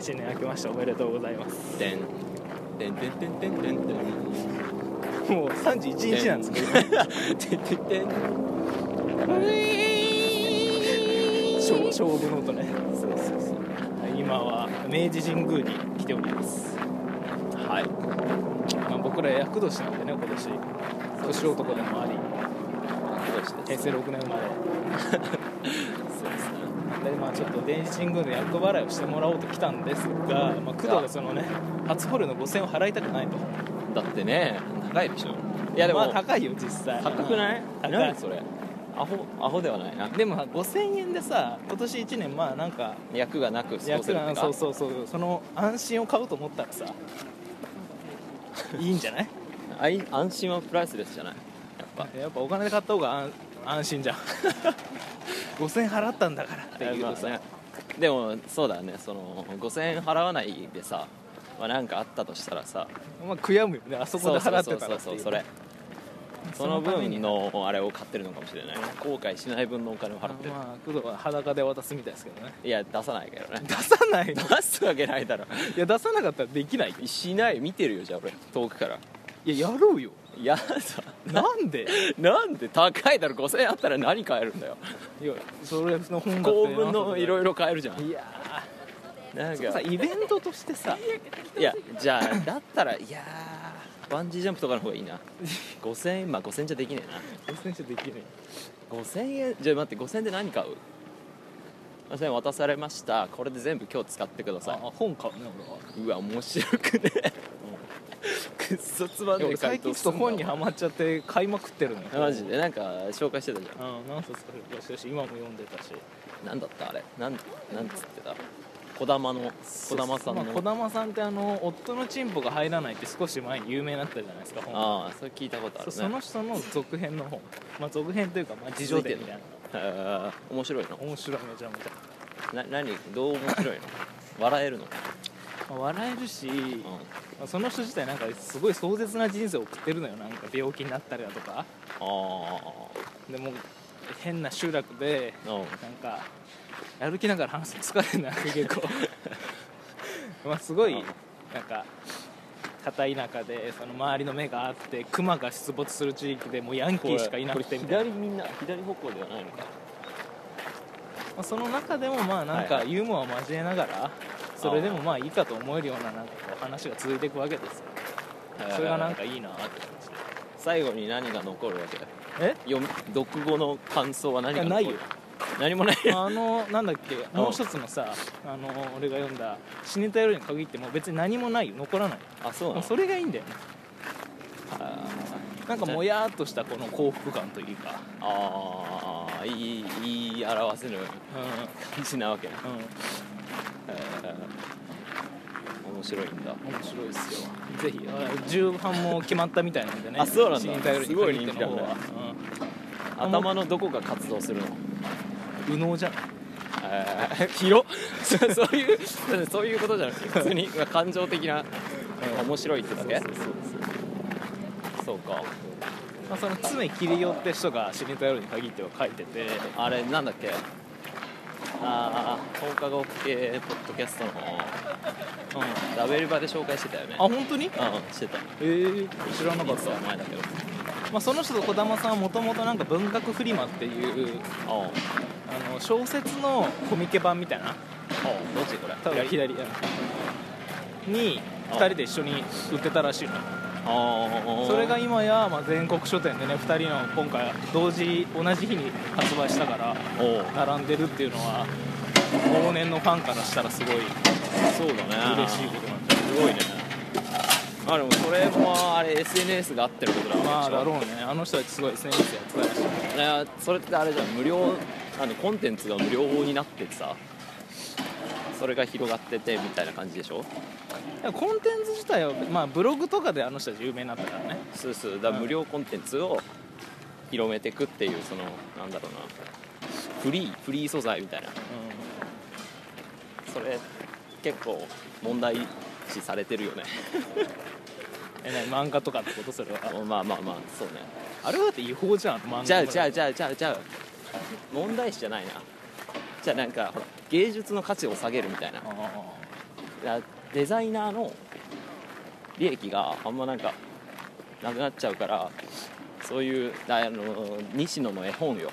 新年明けましておめでとうございますてんてんてんてんてんてんてんもう31日なんですけどてんてんてん小小5の音ねそうそうそう今は明治神宮に来ております、はいまあ、僕ら厄年なんでね今年年男でもありどうして平成6年生まれそうですでねまあちょっと電子神宮で厄払いをしてもらおうと来たんですが、まあ、工藤がそのね初ホールの5000を払いたくないとだってね高いでしょいやでも、まあ高いよ実際高くない高い何それアホアホではないなでも5000円でさ今年1年まあなんか役がなく過ごせるって役かがそうそうそうその安心を買おうと思ったらさいいんじゃないあい安心はプライスレスじゃないやっぱやっぱお金で買った方が安安心じ ゃん5000円払ったんだからっていうとさ、まあねでもそうだねその5000円払わないでさまあ、なんかあったとしたらさまあ、悔やむよねあそこで払ってたらってそうそうそういうそうそれその分のあれを買ってるのかもしれない後悔しない分のお金を払ってる、まあ工藤は裸で渡すみたいですけどねいや出さないけどね 出さないの出すわけないだろいや出さなかったらできないよしない見てるよじゃあ俺遠くからいややろうよいやさなん でなんで高いだろ5000円あったら何買えるんだよいやそれの本だって公文のいろいろ買えるじゃんいやなんーかさイベントとしてさ いやじゃあだったらいやーバンジージャンプとかの方がいいな5000円まあ5000円じゃできね全然できないえな5000円じゃあ待って5000円で何買う5000円渡されましたこれで全部今日使ってくださあ本買うね俺はいうわ面白く ねくっそつまいやんねえ俺回最近答ちょっすとんな本にハマっちゃって買いまくってるのよマジでなんか紹介してたじゃうん何冊かよしよし今も読んでたしんなんだったあれなんなんつってた児玉の児玉さんまのあ児玉さんってあの夫のチンポが入らないって少し前に有名になったじゃないですか本ああそれ聞いたことあるそそねの人の続編の本まあ続編というかまあ自叙伝みたいへー面白いのな面白いめちゃめちゃ、な何どう面白いの笑えるの、まあ、笑えるし、うまん、あ、その人自体なんかすごい壮絶な人生を送ってるのよなんか病気になったりだとかあでもう変な集落であうんなんか歩きながら話すの疲れ るな結構まあすごいなんか片田舎でその周りの目があってクマが出没する地域でもうヤンキーしかいなくてみたいな、左みんな左方向ではないのかまあ、その中でもまあなんはかいユーモアを交えながらそれでもまあいいかと思えるようななんかこう話が続いていくわけですよそれがなんかいいなって感じで最後に何が残るわけえ読み読後の感想は何が残るいやないよ何もないあのなんだっけもう一つのさあの俺が読んだ「死ねた夜に限っても別に何もないよ残らないよあそうなもうのそれがいいんだよねあなんかもやーっとしたこの幸福感というか、ーあーいい言い表せうる感じなわけねんうん、面白いんだ面白いですよぜひあ重版も決まったみたいなんでねあそうなんだ死に頼りに限っての方はす頭のどこが活動するのうん、右脳じゃんえー 広っそうそういうそういうことじゃなくて普通に感情的な面白いってだけそうそうかまあ、その常切り寄って人が死に頼りに限っては書いててあれなんだっけああ放課後系ポッドキャストのうんあラベル場で紹介してたよね本当にうんしてたえー、知らなかっいつはた、前だけどまあ、その人と児玉さんはもともとなんか文学フリマっていうああの小説のコミケ版みたいなあどっちこれ多分左左うんに2人で一緒に売ってたらしいのああそれが今や、まあ、全国書店でね2人の今回同時同じ日に発売したからおう並んでるっていうのは往年のファンからしたらすごいそうだね嬉しいことなんじゃないすごいねあでもそれもあれ SNS が合ってることだわまあけでしょだろうねあの人たちすごい SNS やってたらしいいやそれってあれじゃん無料あのコンテンツが無料になってさそれが広がっててみたいな感じでしょでもコンテンツ自体は、まあ、ブログとかであの人たち有名になったからねスースーだから無料コンテンツを広めてくっていうそのなんだろうなフリーフリー素材みたいなそれ結構問題視されてるよねえね漫画とかってことそれはまあまあまあそうねあれはだって違法じゃん漫画じゃあじゃうあじゃあじゃあじゃあ問題視じゃないなじゃあなんかほら芸術の価値を下げるみたいないやデザイナーの利益があんまなんかなくなっちゃうからそういうああの西野の絵本よ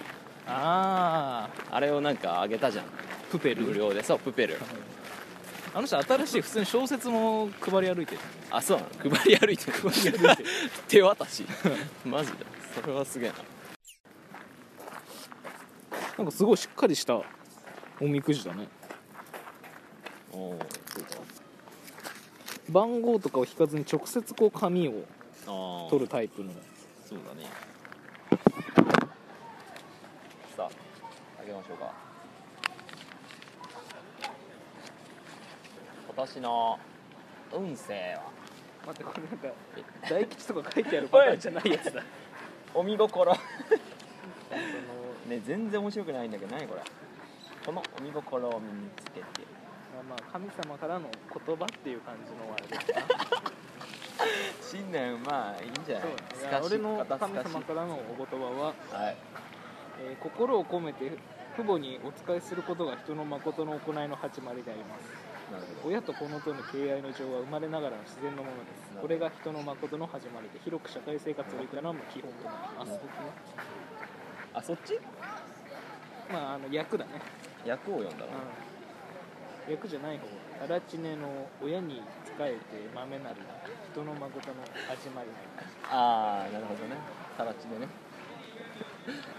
あああれをなんかあげたじゃんプペ無ル料でそうプペルあの人新しい普通に小説も配り歩いてるあそうなの配り歩いてる配り歩いてる 手渡しマジでそれはすげえななんかすごいしっかりしたおみくじだねおー番号とかを引かずに直接こう紙をあ取るタイプのそうだねさああげましょうか今年の運勢は待ってこれなんか大吉とか書いてあるパターンじゃないやつだお見心ね全然面白くないんだけど何これこのお見心を身につけてまあ神様からの言葉っていう感じのあれですか新年まあいいんじゃないそうい透やかし俺の肩神透かし様からのお言葉は、はいえー心を込めて父母にお仕えすることが人の誠の行いの始まりでありますなるほど親と子のとの敬愛の情は生まれながらの自然のものですこれが人の誠の始まりで広く社会生活を営む基本となります、あそっちまああの役だね、役を読んだの、うん、役じゃない方あらちねの親に仕えて豆なる人の誠の始まりああなるほどねさらちでね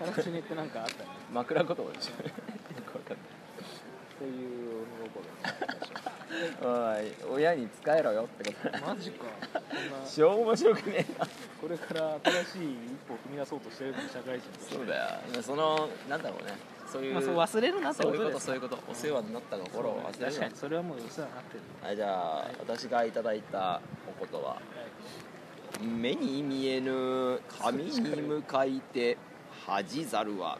あらちねってなんかあったね枕言葉でしょ よくわかんないというお心でしおい親に使えろよっ てこと ょマジかこんな超面白くねえなこれから新しい一歩を踏み出そうとしてる社会人としてそうだよそのなんだろうねそういう、まあ、そう忘れるなってそこういうとこでとすそういうことお世話になった心を忘れる確なかにそれはもうお世話になってる、はいじゃあ私がいただいたお言葉目に見えぬ紙に向かいて恥ざるは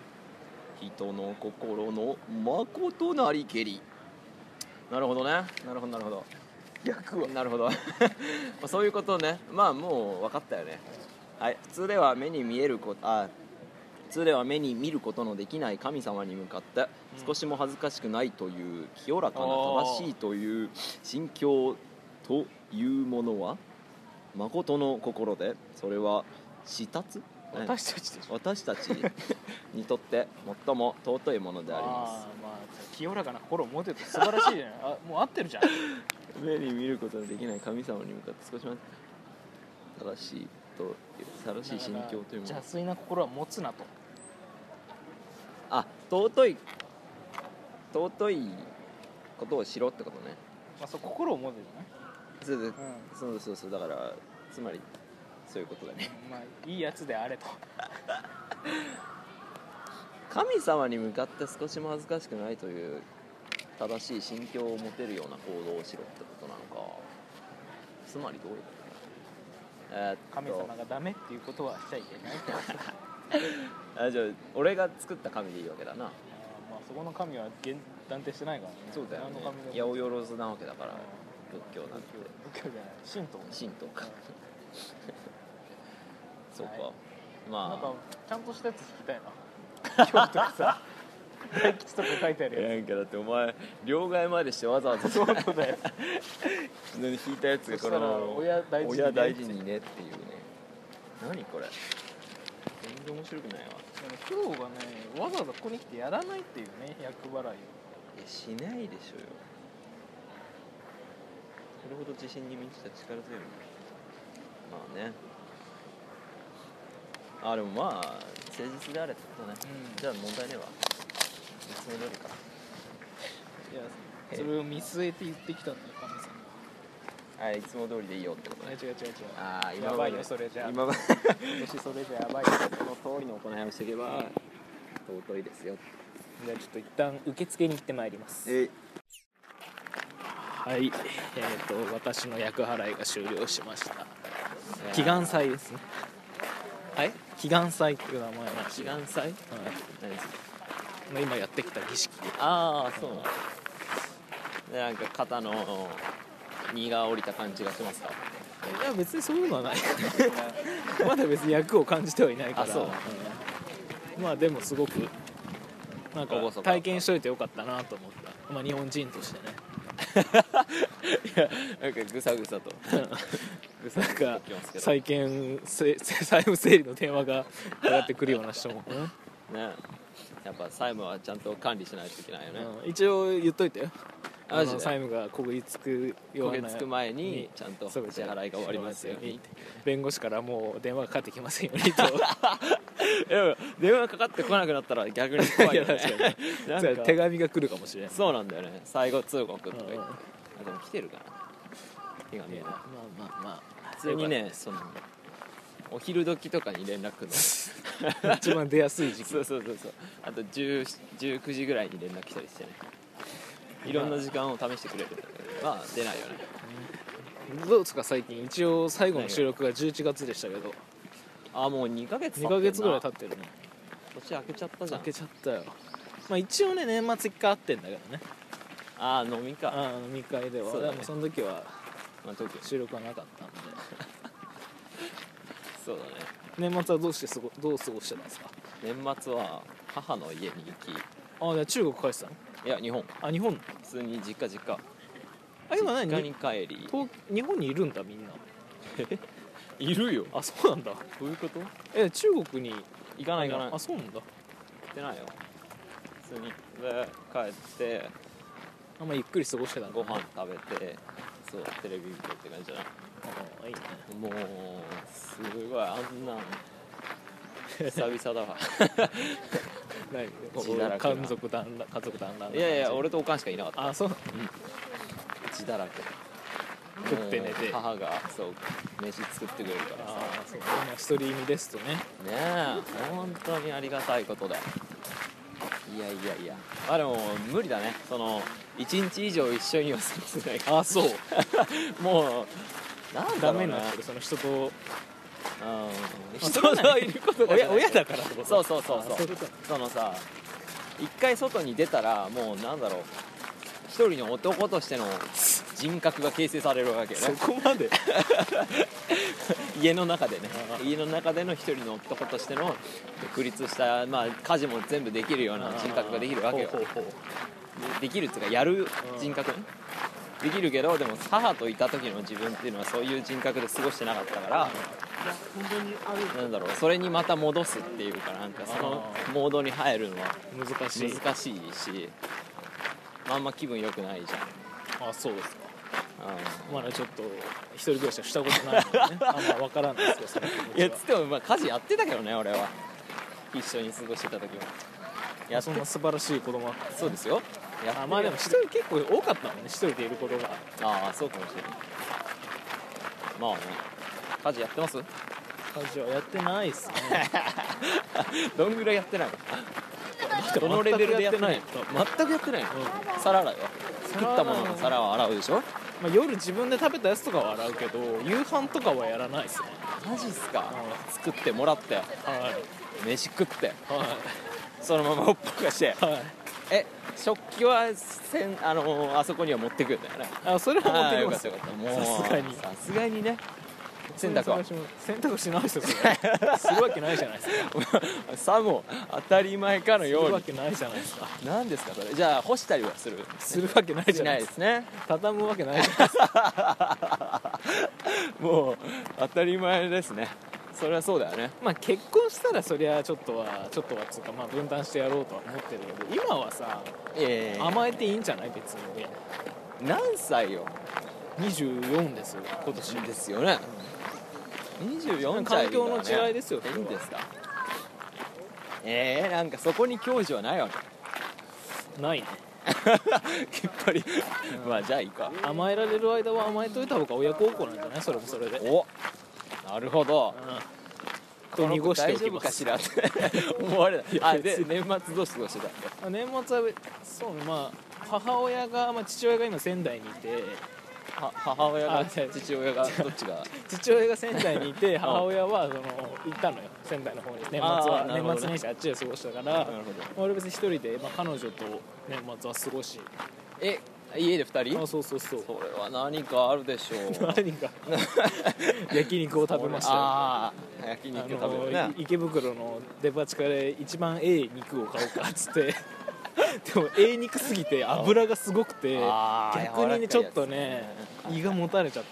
人の心のまことなりけりなるほどねなるほどなるほど逆はなるほど まあそういうことねまあもう分かったよねはい普通では目に見えることあ普通では目に見ることのできない神様に向かってうん少しも恥ずかしくないという清らかな正しいという心境というものは誠の心でそれは死達私たちでしょ私たちにとって最も尊いものでありまあーまあ清らかな心を持てて素晴らしいじゃ ないあもう合ってるじゃんす目に見ることのできない神様に向かって少しも正しいという正しい心境というもの邪推な心は持つなとあ尊い尊いことをしろってことねまあそう心を持てじゃそうそなうい、そうそうそうだからつまりそういうことだねうんまあいいやつであれと神様に向かって少しも恥ずかしくないという正しい心境を持てるような行動をしろってことなのかつまりどういうことかなえーっと神様がダメっていうことはしちゃいけないとああじゃあ俺が作った神でいいわけだなーまあそこの神は限断定してないからねね何の神でも八百万なわけだからう仏教なんてん仏教じゃない神道神道かそうか、はいなんまかあちゃんとしたやつ聞きたいな今日とかさ 大吉とか書いてあるやなんかだってお前両替までしてわざわざつ本当だ よ引いたやつそしたら親大事にね親大事にねっていうね何これ全然面白くないわ苦労がねわざわざここに来てやらないっていうね役払いをえしないでしょよそれほど自信に満ちた力強いものまあねあでもまあ誠実であれってことね、うんじゃあ問題ねえわいつも通りかいやそれを見据えて言ってきたんだよ神様あいつも通りでいいよってことあね違う違う違うああ今やばいよそれじゃあ今まで今年それじゃやばいこの通りの行いをしていけば尊いですよじゃあちょっと一旦受付に行ってまいりますえはいえっ、と私の役払いが終了しました祈願祭ですねはい祈願祭っていう名前なんです祈よ願祭はい何ですかまあ今やってきた儀式ああそうなのでなんか肩の荷が下りた感じがしますかいや別にそういうのはない まだ別に役を感じてはいないからあそううんまあでもすごくなんか厳かだった体験しといてよかったなと思った、まあ、日本人としてねなんかぐさぐさ となんかきますけど債権せ せ債務整理の電話がかかってくるような人も、ねやっぱ債務はちゃんと管理しないといけないよね、うん一応言っといてよあマのジで債務がこぎつくよう焦なげつく前にちゃんと支全て払いが終わりますように弁護士からもう電話がかかってきませんように といや電話がかかってこなくなったら逆に怖いよね いや確かなんそうか 手紙が来るかもしれないそうなんだよね最後通告とか言ってうんうんあでも来てるかな手紙ねまあまあまあ普通にねそのお昼時とかに連絡くる一番出やすい時期そうそうそうそうあと10 19時ぐらいに連絡来たりしてねいろんな時間を試してくれるまあ出ないよねどうですか最近一応最後の収録が11月でしたけどあもう2ヶ月経ってん2なヶ月ぐらい経ってるね年明けちゃったじゃ開んけちゃったよまあ一応ね年末1回会ってんだけどねああ飲みかあの2回ではそうだねでもその時はまあ特に収録はなかったんでそうだね年末はどうしてすごどう過ごしてたんですか年末は母の家に行きいあじゃあ中国帰ってたのや日本あ日本普通に実家実家あ今何実家に帰り東日本にいるんだみんないるよあそうなんだどういうことえ中国に行かない行かないあそうなんだ行ってないよ普通にで帰ってあんまゆっくり過ごしてたんだご飯食べてそうテレビ見てって感じじゃないあいいねもうすごいあんなん久々だわない自堕 落な家族団らん家族団らんない やいや俺とおかんしかいなかっあそうた血だらけ食って寝てもう母がそう飯作ってくれるからさあそう今一人身ですとねねえ本当にありがたいことだいやいやいやあでも無理だねその1日以上一緒には過ごせないからあそう もうなんだダろメうにななってるその人とうん人人ががいいるるここととがが親親だからってこと そうそうそうあそそうういうことそのさ一回外に出たらもうなんだろう一人の男としての人格が形成されるわけよそねこまで 家の中でねあー家の中での一人の男としての独立した、まあ、家事も全部できるような人格ができるわけよほうほうほうできるっていうかやる人格ねできるけどでも母といた時の自分っていうのはそういう人格で過ごしてなかったからなんだろうそれにまた戻すっていうかなんかそのあーモードに入るのは難しい難しいしあんま気分良くないじゃんあそうですかうんまだちょっと一人暮らしはしたことないの でねあんま分からんですけどその気持いちやはつってもまあ家事やってたけどね俺は一緒に過ごしてた時もやってそんな素晴らしい子供はそうですよやってあまあでも一人結構多かったもんね一人でいることがああそうかもしれないまあね家事やってます家事はやってないっすね どんぐらいやってないのどどののレレベルベルででややっっててなないいのの全くやってないの皿洗いは洗わ作ないったものの皿を洗うでしょまあ、夜自分で食べたやつとかは洗うけど夕飯とかはやらないっすねマジっすかう作ってもらってはい飯食ってはそのままほっぽかしていはいえ食器はせんあのあそこには持ってくんだよねあそれは持あっあてきよまかっすたよよかったもうさすがにさすがにね 洗濯は洗濯しないです よそれするわけないじゃないですかさも当たり前かのすよるうわにけないじゃないですか何ですかそれじゃあ干したりはするするわけないじしゃなないいでですかすね畳むわけないじゃないですかもう当たり前ですねそれはそうだよねまあ結婚したらそりゃちょっとはちょっとはつうかまあ分担してやろうとは思ってるけど今はさええ甘えていいんじゃない別に何歳よ24ですよ今年ですよね24歳環境の違いですよいいんですかえー、なんかそこに教授はないわけないね やっぱりまあじゃあいいか甘えられる間は甘えといた方が親孝行なんじゃないそれもそれでおなるほどと濁しておきまこの子大丈夫かすしらって思われないあ 別で年末どうしてどうしてたまあ年末はそうねまあ母親が、まあ、父親が今仙台にい ては母親あが違う父親がどっちが父親が仙台にい て母親はその行ったのよ仙台の方に年末はあーなるほど年ね末年始あっちで過ごしたから、なるほど俺別に一人で、まあ、彼女と年末は過ごしえ家で2あ人そうそうそうそれは何かあるでしょう何が焼肉を 食べましたよああ焼あ肉食べのるね い池袋のデパ地下で一番ええ肉を買おうかっつってでも栄肉すぎて油がすごくてあー逆にねちょっとね柔らかいやつね胃がもたれちゃっ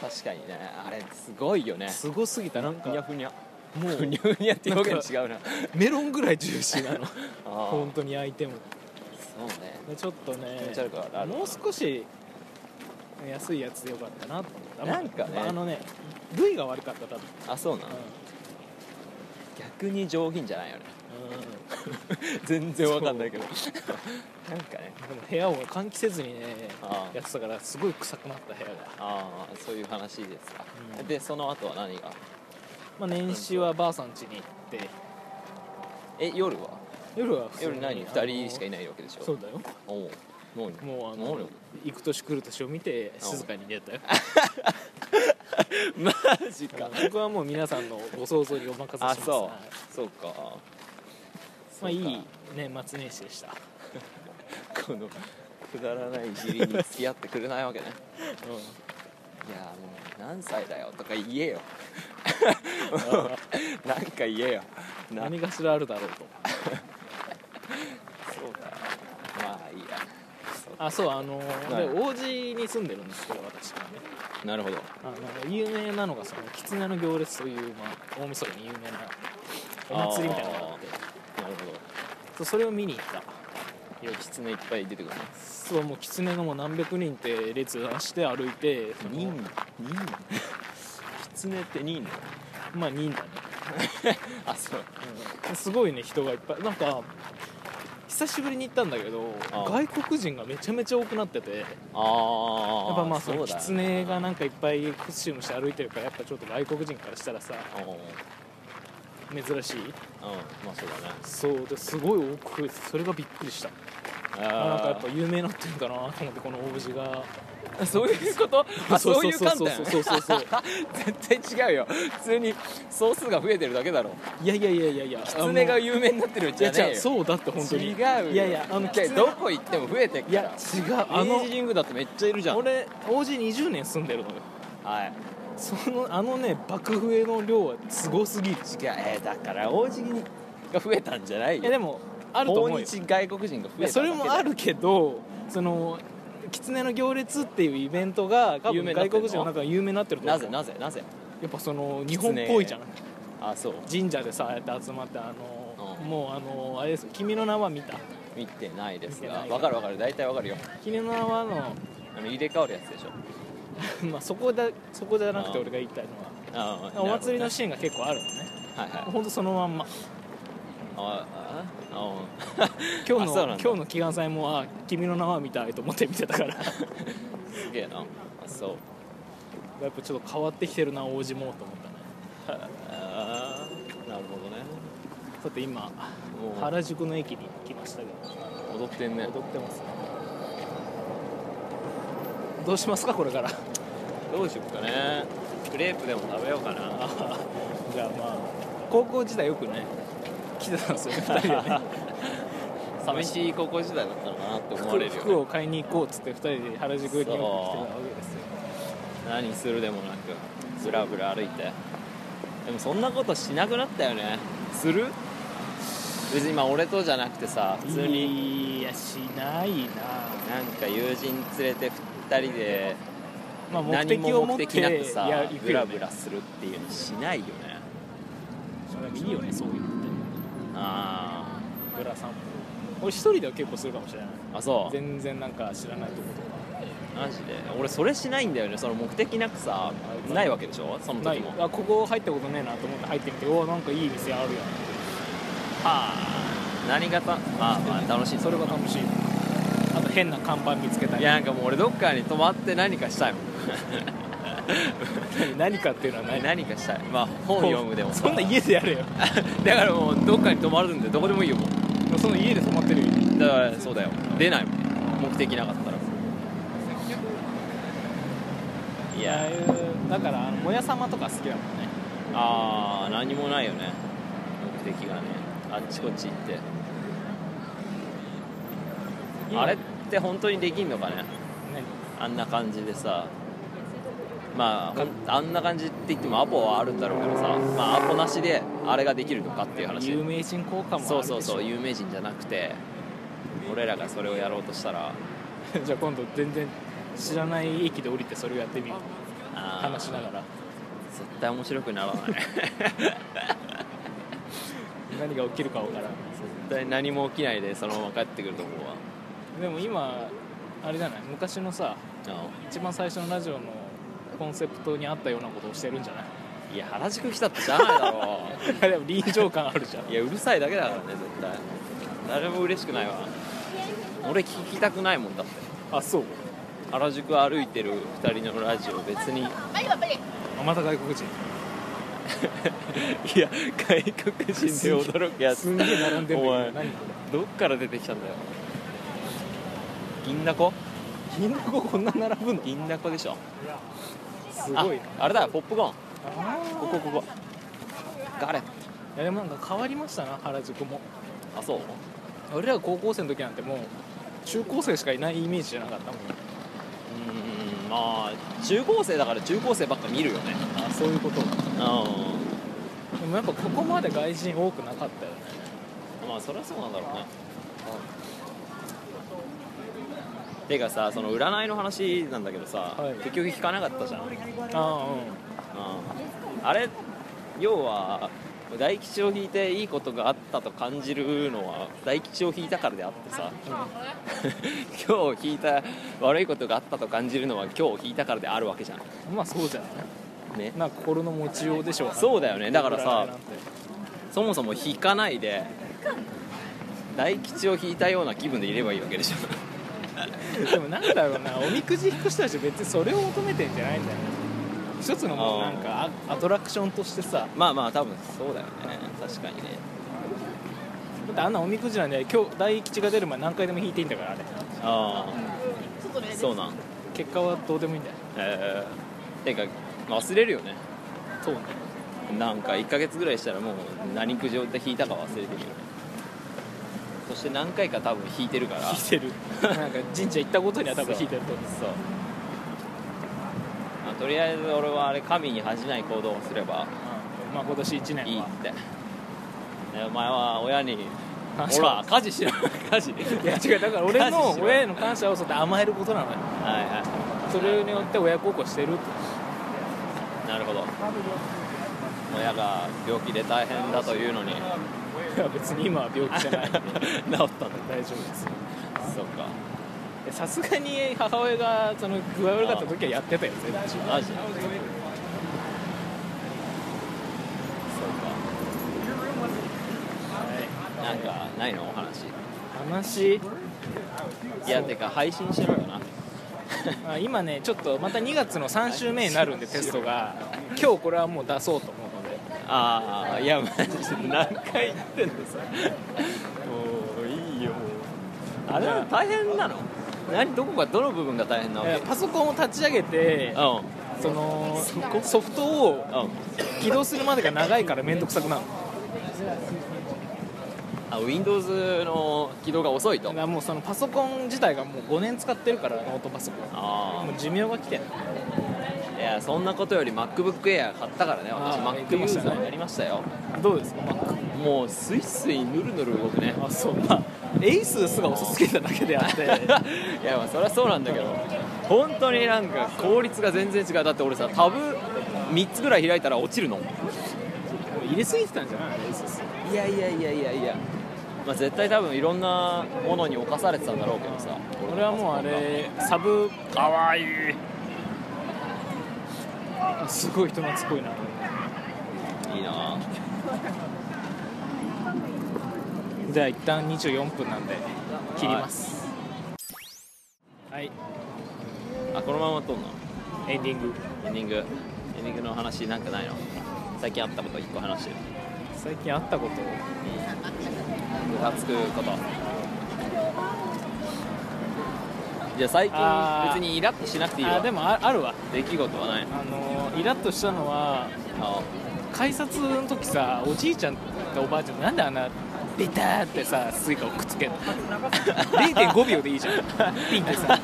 確かにねあれすごいよねたすごすぎたなんかふにゃふにゃもふうにゃふにゃって表現違 うなメロンぐらいジューシーなの あー本当に焼いてもそうねでちょっとね気持ち悪くはなるもう少し安いやつでよかったなと思ったなんかねあのね部位が悪かった多分あそうなの逆に上品じゃないよねうん、うん全然わかんないけどなんかねでも部屋を換気せずにねあーやってたからすごい臭くなった部屋が、あーそういう話ですか、うんでその後は何がまあ、年始はばあさん家に行ってえ夜は夜は普通に夜何あの2人しかいないわけでしょそうだよおう何もうあの何行く年来る年を見て静かに寝 たよマ ジか僕はもう皆さんのご想像にお任せしまあすそはいうそうかまあいそういか年末年始でした、このくだらないいじりに付き合ってくれないわけねいやもう何歳だよとか言えよ なんか言えよな 何かしらあるだろうとそうかまあいいやそうあそうあのはいで王子に住んでるんですけど私はねなるほどあの有名なのがその狐の行列という、まあ、大晦日に有名なお祭りみたいなのがあってなるほどそうそれを見に行ったいや狐いっぱい出てくるねそうもう狐がもう何百人って列出して歩いてその人 狐って人なのまあ人だね、あそううんすごいね人がいっぱいなんか久しぶりに行ったんだけどああ外国人がめちゃめちゃ多くなっててやっああぱまあそのうだよ狐がなんかいっぱいコスチュームして歩いてるからやっぱちょっと外国人からしたらさうんうん珍しいまあそうだねそうですごい多く増えてそれがびっくりしたあなんかやっぱ有名になってるんだなと思ってこの王子 がそういうことあそういう観点そうそうそうそう絶対違うよ普通に総数が増えてるだけだろいやいやいやいやいや狐がい有名になってるんいじゃやねえ違ようそうだって本当に違うよいやいやあのじゃあ狐どこ行っても増えてっいからや違うあ明の治神宮だってめっちゃいるじゃん俺王子20年住んでるのよはいそのあのね爆増えの量はすごすぎる違うえーだから王子が増えたんじゃないいやよでもあると思う訪よ日外国人が増えいたやそれもあるけどその狐の行列っていうイベントが多有名分にな外ってんの国人の中で有名になってると思なうぜなぜなぜやっぱその日本っぽいじゃんあそう神社でさああやって集まってあの、うんもうあのあれですよ君の名は見た見てないです見てがないわかるわかる大体わかるよ君の名はの、 あの入れ替わるやつでしょまあ、そこだそこじゃなくてうん俺が言いたいのはああお祭りのなシーンが結構あるのねるほどねはいはいほんとそのまんまあああ今日あそうの今なんだ日の祈願祭もあ君の名は見たいと思って見てたから やあすげえなあそうっぱちょっと変わってきてるな王子もと思ったねああなるほどねさて今もう原宿の駅に来ましたけ踊ってんねど踊ってますねどうしますかこれからどうしようかねクレープでも食べようかな じゃあまあ高校時代よくね来てたんですよ ね2人で ね寂しい高校時代だったのかなって思われ服る服よ、ね、を買いに行こうっつって2人で原宿駅に来てたわけですよ何するでもなくぶらぶら歩いてでもそんなことしなくなったよねする別に今俺とじゃなくてさ普通にいやしないななんか友人連れて2人でまあ目何的もを持っ目て的なくさや行くブよラねブラするっていうのしないよねでもいいよねそういうのってあブラ散歩俺一人では結構するかもしれないーあそう全然なんか知らないとことかマジで俺それしないんだよねその目的なくさあないわけでしょそのない時もあここ入ったことねえなと思って入ってみておなんかいい店あるやんはあ何がたまあまあ楽しいそれが楽しいあと変な看板見つけたいりやなんかもう俺どっかに泊まって何かしたいもん何かっていうのはない何かしたいまあ本読むでもさそんな家でやれよ だからもうどっかに泊まるんでどこでもいいよもうでもその家で泊まってるよだからそうだよ出ないもん目的なかったらいいやああやいうだからあのもやさまとか好きだもんねあー何もないよね目的がねあっちこっち行ってあれって本当にできんのかねあんな感じでさまあほんあんな感じって言ってもアポはあるんだろうけどさまあアポなしであれができるのかっていう何話有名人効果もあるでしょそうそうそう有名人じゃなくて俺らがそれをやろうとしたら じゃあ今度全然知らない駅で降りてそれをやってみる話しながら絶対面白くなら ない絶何が起きるか分からん対何も起きないでそのまま帰ってくると思うわでも今あれじゃない昔のさ一番最初のラジオのコンセプトに合ったようなことをしてるんじゃないいや原宿来たってしゃあないだろあ でも臨場感あるじゃんういやうるさいだけだからね絶対誰も嬉しくないわ俺聞きたくないもんだって あそう原宿歩いてる2人のラジオ別に あまた外国人いや外国人で驚くやつすんげえ並んでるお前何こどっから出てきたんだよ銀だこれ銀だここんな並ぶの銀だこでしょすごいなああれだよポップコーンあーここここガレットいやでもなんか変わりましたな原宿もあそう俺らが高校生の時なんてもう中高生しかいないイメージじゃなかったもんうんまあ中高生だから中高生ばっか見るよねあそういうことでうもやっぱここまで外人多くなかったよねんまあそりゃそうなんだろうねてかさその占いの話なんだけどさ、はい結局聞かなかったじゃん、うん、ああれ要は大吉を引いていいことがあったと感じるのは大吉を引いたからであってさ 今日引いた悪いことがあったと感じるのは今日引いたからであるわけじゃんあうんまあそうじゃないねなんか心の持ちようでしょそうだよねだからさ占いなんてそもそも引かないで大吉を引いたような気分でいればいいわけでしょ でもなんだろうなおみくじ引く人たち別にそれを求めてんじゃないんだよね一つのもうなんかアアトラクションとしてさまあまあ多分そうだよね確かにねだってあんなおみくじなんで今日大吉が出る前何回でも引いていいんだからあれああそうなん結果はどうでもいいんだよええてか忘れるよねそうねなんか1ヶ月ぐらいしたらもう何くじを引いたか忘れてるよねそして何回か多分引いて るから引いてるなんか神社行ったことには多分引いてると思うそう、まあ、とりあえず俺はあれ神に恥じない行動をすればうんまあ今年1い年いっはてでお前は親に「感謝ほら家事し ろ 家事」いや違うだから俺の感謝しろ親への感謝をそうやって甘えることなのよはいはそれによって親孝行してるいなるほど親が病気で大変だというのに 治いや別に今は病気じゃ ないんでったんだ大丈夫ですそうかえさすがに母親がその具合悪かった時はやってたよ全然マジそうかなんかないのお話話いやてか配信しろよなあ今ねちょっとまた2月の3週目になるんでテストが今日これはもう出そうと思うのでああいやマジで何回言ってんの さもういいよあれは大変なの何どこがどの部分が大変なわえけパソコンを立ち上げてうそのソフトをんうん起動するまでが長いから面倒くさくなるあ Windows の起動が遅いとだからもうそのパソコン自体がもう5年使ってるからノートパソコンあもう寿命が来てんのあいやそんなことより MacBookAir 買ったからね私あー Mac ユーザーになりましたよどうですか Mac もうスイスイぬるぬる動くねあそうまあエイススが遅すぎただけであって いやまあそりゃそうなんだけど本当になんか効率が全然違うだって俺さタブ3つぐらい開いたら落ちるの入れすぎてたんじゃないエイススいやいやいやいやいやまあ絶対多分いろんなものに侵されてたんだろうけどさ俺はもうあれサブかわいいすごい人懐っこいないいなじゃあ一旦24分なんで切りますはい、あこのまま撮んのエンディングエンディングエンディングの話なんかないの最近あったこと1個話してる最近あったことムカつくことじゃあ最あー近別にイラッとしなくていいあわでもああるわ出来事はないあのーイラッとしたのはあ改札の時さおじいちゃんとおばあちゃんなんであんなベターってさスイカをくっつける 0.5秒でいいじゃんピンってさ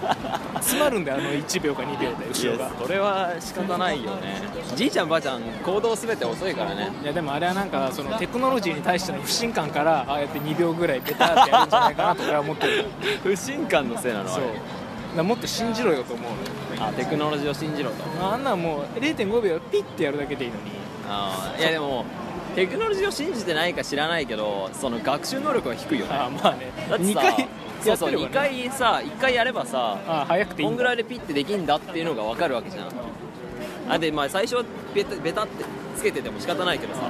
詰まるんだよあの1秒か2秒で後ろがそれは仕方ないよねじいちゃんばあちゃん行動すべて遅いからねいやでもあれはなんかそのテクノロジーに対しての不信感からああやって2秒ぐらいベターってやるんじゃないかなと俺は思ってる 不信感のせいなのそうだからもっと信じろよと思うあテクノロジーを信じろとのあんなんもう0.5秒ピッてやるだけでいいのにあーいやでもテクノロジーを信じてないか知らないけどその学習能力は低いよねああまあねだって2さ回そやっうてそうれば、ね、 2回さ1回やればさああ早くていいこんんだぐらいでピッてできんだっていうのが分かるわけじゃんあでまあ最初はベタベタってつけてても仕方ないけどさ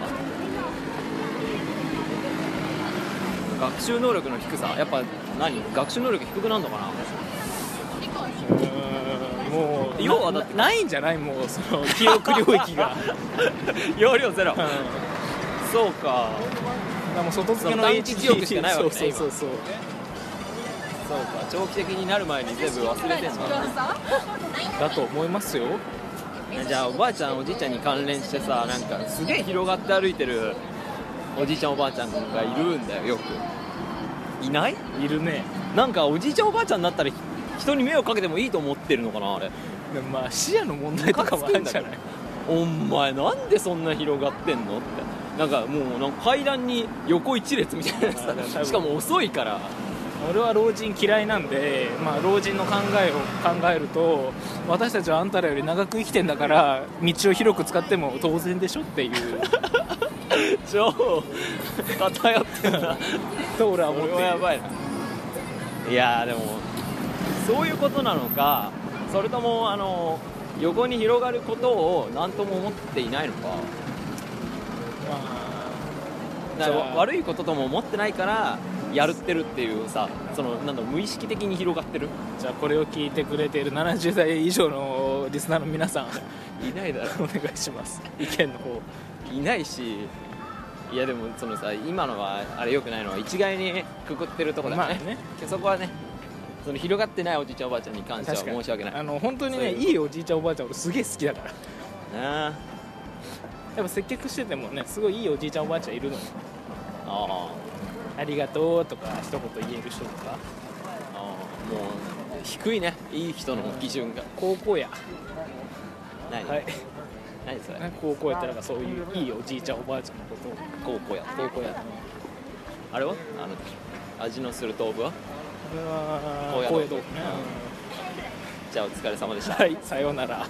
学習能力の低さやっぱ何学習能力低くなんのかなうーんもう要はだってなないんじゃないもうその記憶領域 が、容量ゼロうん、だかそうからもう外付けのその短期記憶しかないわけね そうそうそうそうそうか長期的になる前に全部忘れてんのだと思いますよじゃあおばあちゃんおじいちゃんに関連してさなんかすげえ広がって歩いてるおじいちゃんおばあちゃんがいるんだよよくいないいるねなんかおじいちゃんおばあちゃんになったらひ人に迷惑かけてもいいと思ってるのかなあれでもまあ視野の問題とかもあるんじゃないお前なんでそんな広がってんのってなんかもうなんか階段に横一列みたいなやあー多つ分だしかも遅いから俺は老人嫌いなんで、まあ、老人の考えを考えると私たちはあんたらより長く生きてんだから道を広く使っても当然でしょっていう 超偏ってんなと俺はこ思っれてはいやるばいないやーでもそういうことなのかそれともあの横に広がることを何とも思っていないのかまだかじらゃあ悪いこととも思ってないからやるってるっていうさそのなんだろう無意識的に広がってるあじゃあこれを聞いてくれている70代以上のリスナーの皆さん いないだろお願いします意見の方いないしいやでもそのさ今のはあれよくないのは一概にくくってるとこだまあね,、ね そこはねその広がってないおじいちゃんおばあちゃんに関しては確かに申し訳ないあなの本当にねそういいおじいちゃんおばあちゃん俺すげえ好きだからあやっぱ接客しててもねすごいいいおじいちゃんおばあちゃんいるのよあーありがとうとか一言言える人とかああもう低いねいい人の基準が高校や何、はい何それね高校やったらなんかそういういいおじいちゃんおばあちゃんのことを高校や高校やったあれはあの味のする豆腐はの高高野豆野腐豆腐ねじゃあお疲れ様でしたはいさようなら